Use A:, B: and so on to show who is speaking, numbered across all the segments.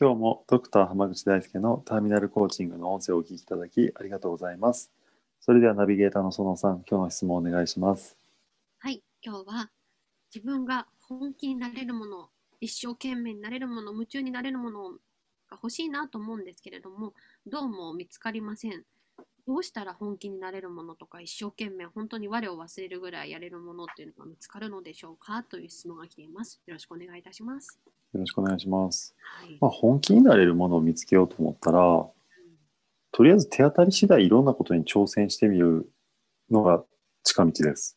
A: 今日もドクター濱口大輔のターミナルコーチングの音声をお聞きいただきありがとうございます。それではナビゲーターの園さん、今日の質問をお願いします。
B: はい、今日は自分が本気になれるもの、一生懸命になれるもの、夢中になれるものが欲しいなと思うんですけれども、どうも見つかりません。どうしたら本気になれるものとか、一生懸命本当に我を忘れるぐらいやれるものっていうのが見つかるのでしょうかという質問が来ています。よろしくお願いいたします。
A: よろしくお願いします。
B: はい。
A: まあ、本気になれるものを見つけようと思ったら、とりあえず手当たり次第いろんなことに挑戦してみるのが近道です。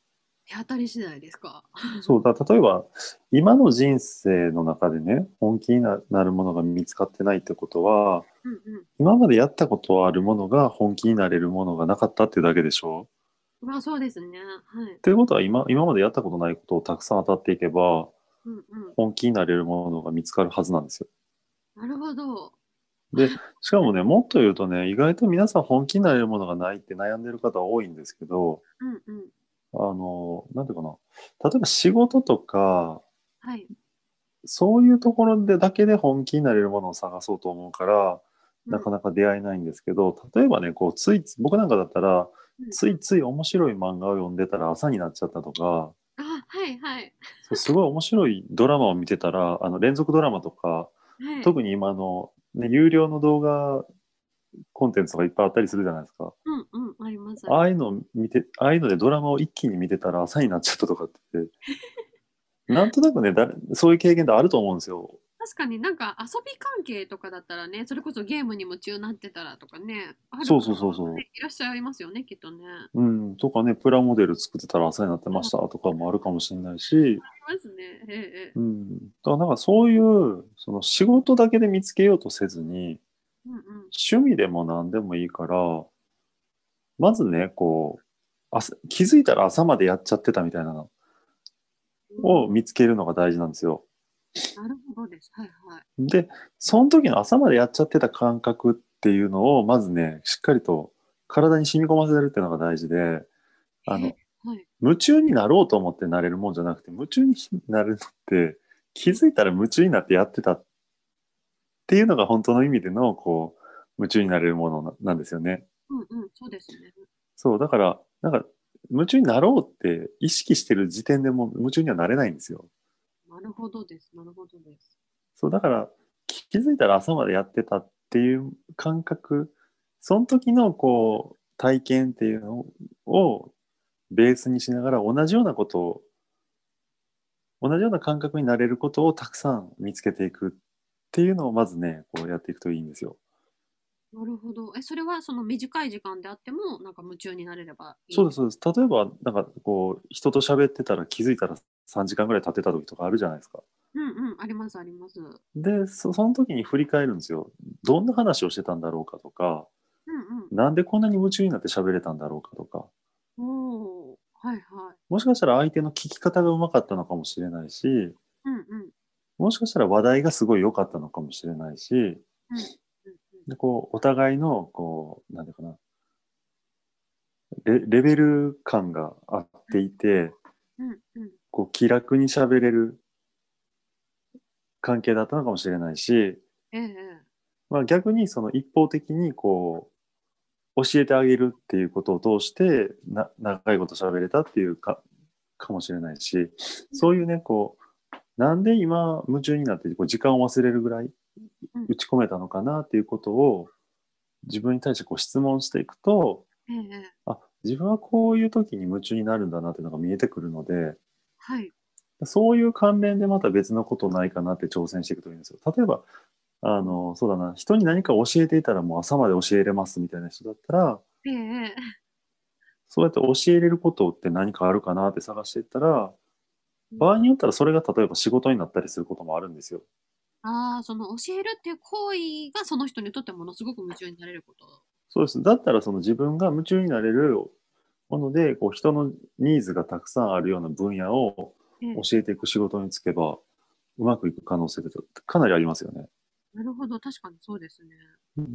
B: 手当たり次第ですか。
A: そうだ、例えば今の人生の中でね、本気にななるものが見つかってないってことは、
B: うんうん
A: 今までやったことあるものが本気になれるものがなかったっていうだけでしょ。
B: まあそうですね。はい
A: っ。ていうことは今今までやったことないことをたくさん当たっていけば
B: うんうん。
A: 本気になれるものが見つかるはずなんですよ。
B: なるほど。
A: しかもねもっと言うとね意外と皆さん本気になれるものがないって悩んでる方多いんですけど
B: うんうん。
A: あのなんていうかな例えば仕事とか
B: はい。
A: そういうところでだけで本気になれるものを探そうと思うから
B: うん
A: なかなか出会えないんですけど、例えばねこうつい僕なんかだったら
B: うん
A: ついつい面白い漫画を読んでたら朝になっちゃったとか
B: あ、はいはい。
A: そうすごい面白いドラマを見てたらあの連続ドラマとか
B: はい。
A: 特に今の、ね、有料の動画コンテンツとかいっぱいあったりするじゃないですか。
B: うんうん。あります。
A: ああいうのを見て、ああいうのでドラマを一気に見てたら朝になっちゃったとかって、なんとなくね、だそういう経験ってあると思うんですよ。
B: 確かになんか遊び関係とかだったらね、それこそゲームに夢中になってたらとかね、ある
A: そうそうそうそう
B: 方ねいらっしゃいますよね、きっとね。あ
A: うん、とかね、プラモデル作ってたら朝になってましたとかもあるかもしれないし、
B: りますね。ええええ
A: うん、だからなんかそういう、その仕事だけで見つけようとせずに、
B: うんうん。
A: 趣味でも何でもいいから、まずね、こう、朝気づいたら朝までやっちゃってたみたいなのを見つけるのが大事なんですよ。
B: なるほどです。はいはい。
A: で、その時の朝までやっちゃってた感覚っていうのを、まずね、しっかりと体に染み込ませるっていうのが大事で、あの
B: え、はい、
A: 夢中になろうと思ってなれるもんじゃなくて、夢中になるのって、気づいたら夢中になってやってたっていうのが本当の意味での、こう、夢中になれるものななんですよね。
B: うんうん、そうですね。
A: そう、だから、なんか、夢中になろうって意識してる時点でもう夢中にはなれないんですよ。
B: なるほどです。なるほどです。
A: そう、だから、気気づいたら朝までやってたっていう感覚、その時のこう、体験っていうのをベースにしながら同じようなことを、同じような感覚になれることをたくさん見つけていくっていうのをまずね、こうやっていくといいんですよ。
B: なるほど。え、それはその短い時間であっても、なんか夢中になれればいい。
A: そうです、そうです。例えば、なんかこう、人と喋ってたら気づいたら3時間ぐらい経ってた時とかあるじゃないですか。
B: うんうん、あります、あります。うん
A: で、そその時に振り返るんですよ。どんな話をしてたんだろうかとか、
B: うん。
A: なんでこんなに夢中になって喋れたんだろうかとか、
B: おお、はいはい。
A: もしかしたら相手の聞き方がうまかったのかもしれないし、
B: うんうん。うん
A: もしかしたら話題がすごい良かったのかもしれないし、
B: うん
A: でこうお互いの、こう、なんていうかな、レレベル感があっていて、
B: うんうん。
A: こう気楽に喋れる関係だったのかもしれないし、
B: ええええ。
A: まあ、逆にその一方的にこう教えてあげるっていうことを通してな長いこと喋れたっていうかかもしれないしそういうねこうなんで今夢中になってこう時間を忘れるぐらい
B: うん
A: 打ち込めたのかなっていうことを自分に対してこう質問していくと
B: ええええ。
A: あ自分はこういう時に夢中になるんだなっていうのが見えてくるので
B: はい。
A: そういう関連でまた別のことないかなって挑戦していくといいんですよ。例えば、あの、そうだな、人に何か教えていたらもう朝まで教えれますみたいな人だったら、
B: ええ。
A: そうやって教えれることって何かあるかなって探していったら、場合によったらそれが例えば仕事になったりすることもあるんですよ。
B: ああ、その教えるっていう行為がその人にとってものすごく夢中になれること。
A: そうです。だったらその自分が夢中になれるもので、こう人のニーズがたくさんあるような分野を
B: ええ
A: 教えていく仕事につけば、うまくいく可能性ってかなりありますよね。
B: なるほど、確かにそうですね。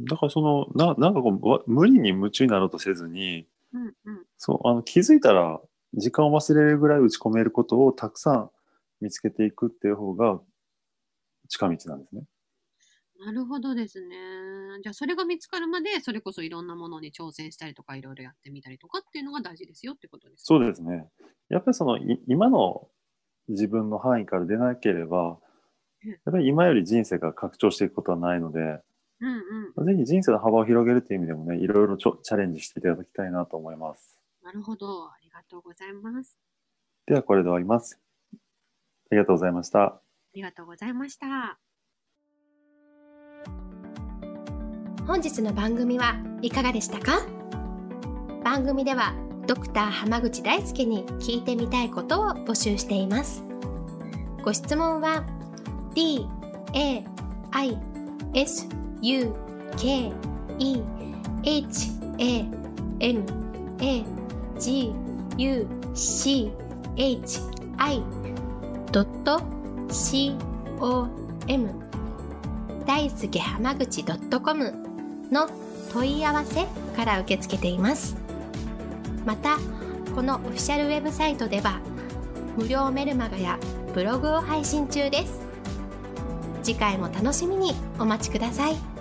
A: だからその、ななんかこうわ、無理に夢中になろうとせずに、
B: うんうん。
A: そう、あの、気づいたら時間を忘れるぐらい打ち込めることをたくさん見つけていくっていう方が近道なんですね。
B: なるほどですね。じゃあ、それが見つかるまで、それこそいろんなものに挑戦したりとか、いろいろやってみたりとかっていうのが大事ですよってことです。
A: そうですね。やっぱりそのい今の自分の範囲から出なければ
B: うん、
A: やっぱり今より人生が拡張していくことはないので、
B: うんうん。
A: ぜひ人生の幅を広げるという意味でもね、いろいろちょチャレンジしていただきたいなと思います。
B: なるほど。ありがとうございます。
A: ではこれで終わります。ありがとうございました。
B: ありがとうございました。
C: 本日の番組はいかがでしたか番組ではドクター濱口大輔に聞いてみたいことを募集していますご質問は d a i s u k e h a m a g u c h i c o m 大輔濱口 .com の問い合わせから受け付けていますまたこのオフィシャルウェブサイトでは無料メルマガやブログを配信中です次回も楽しみにお待ちください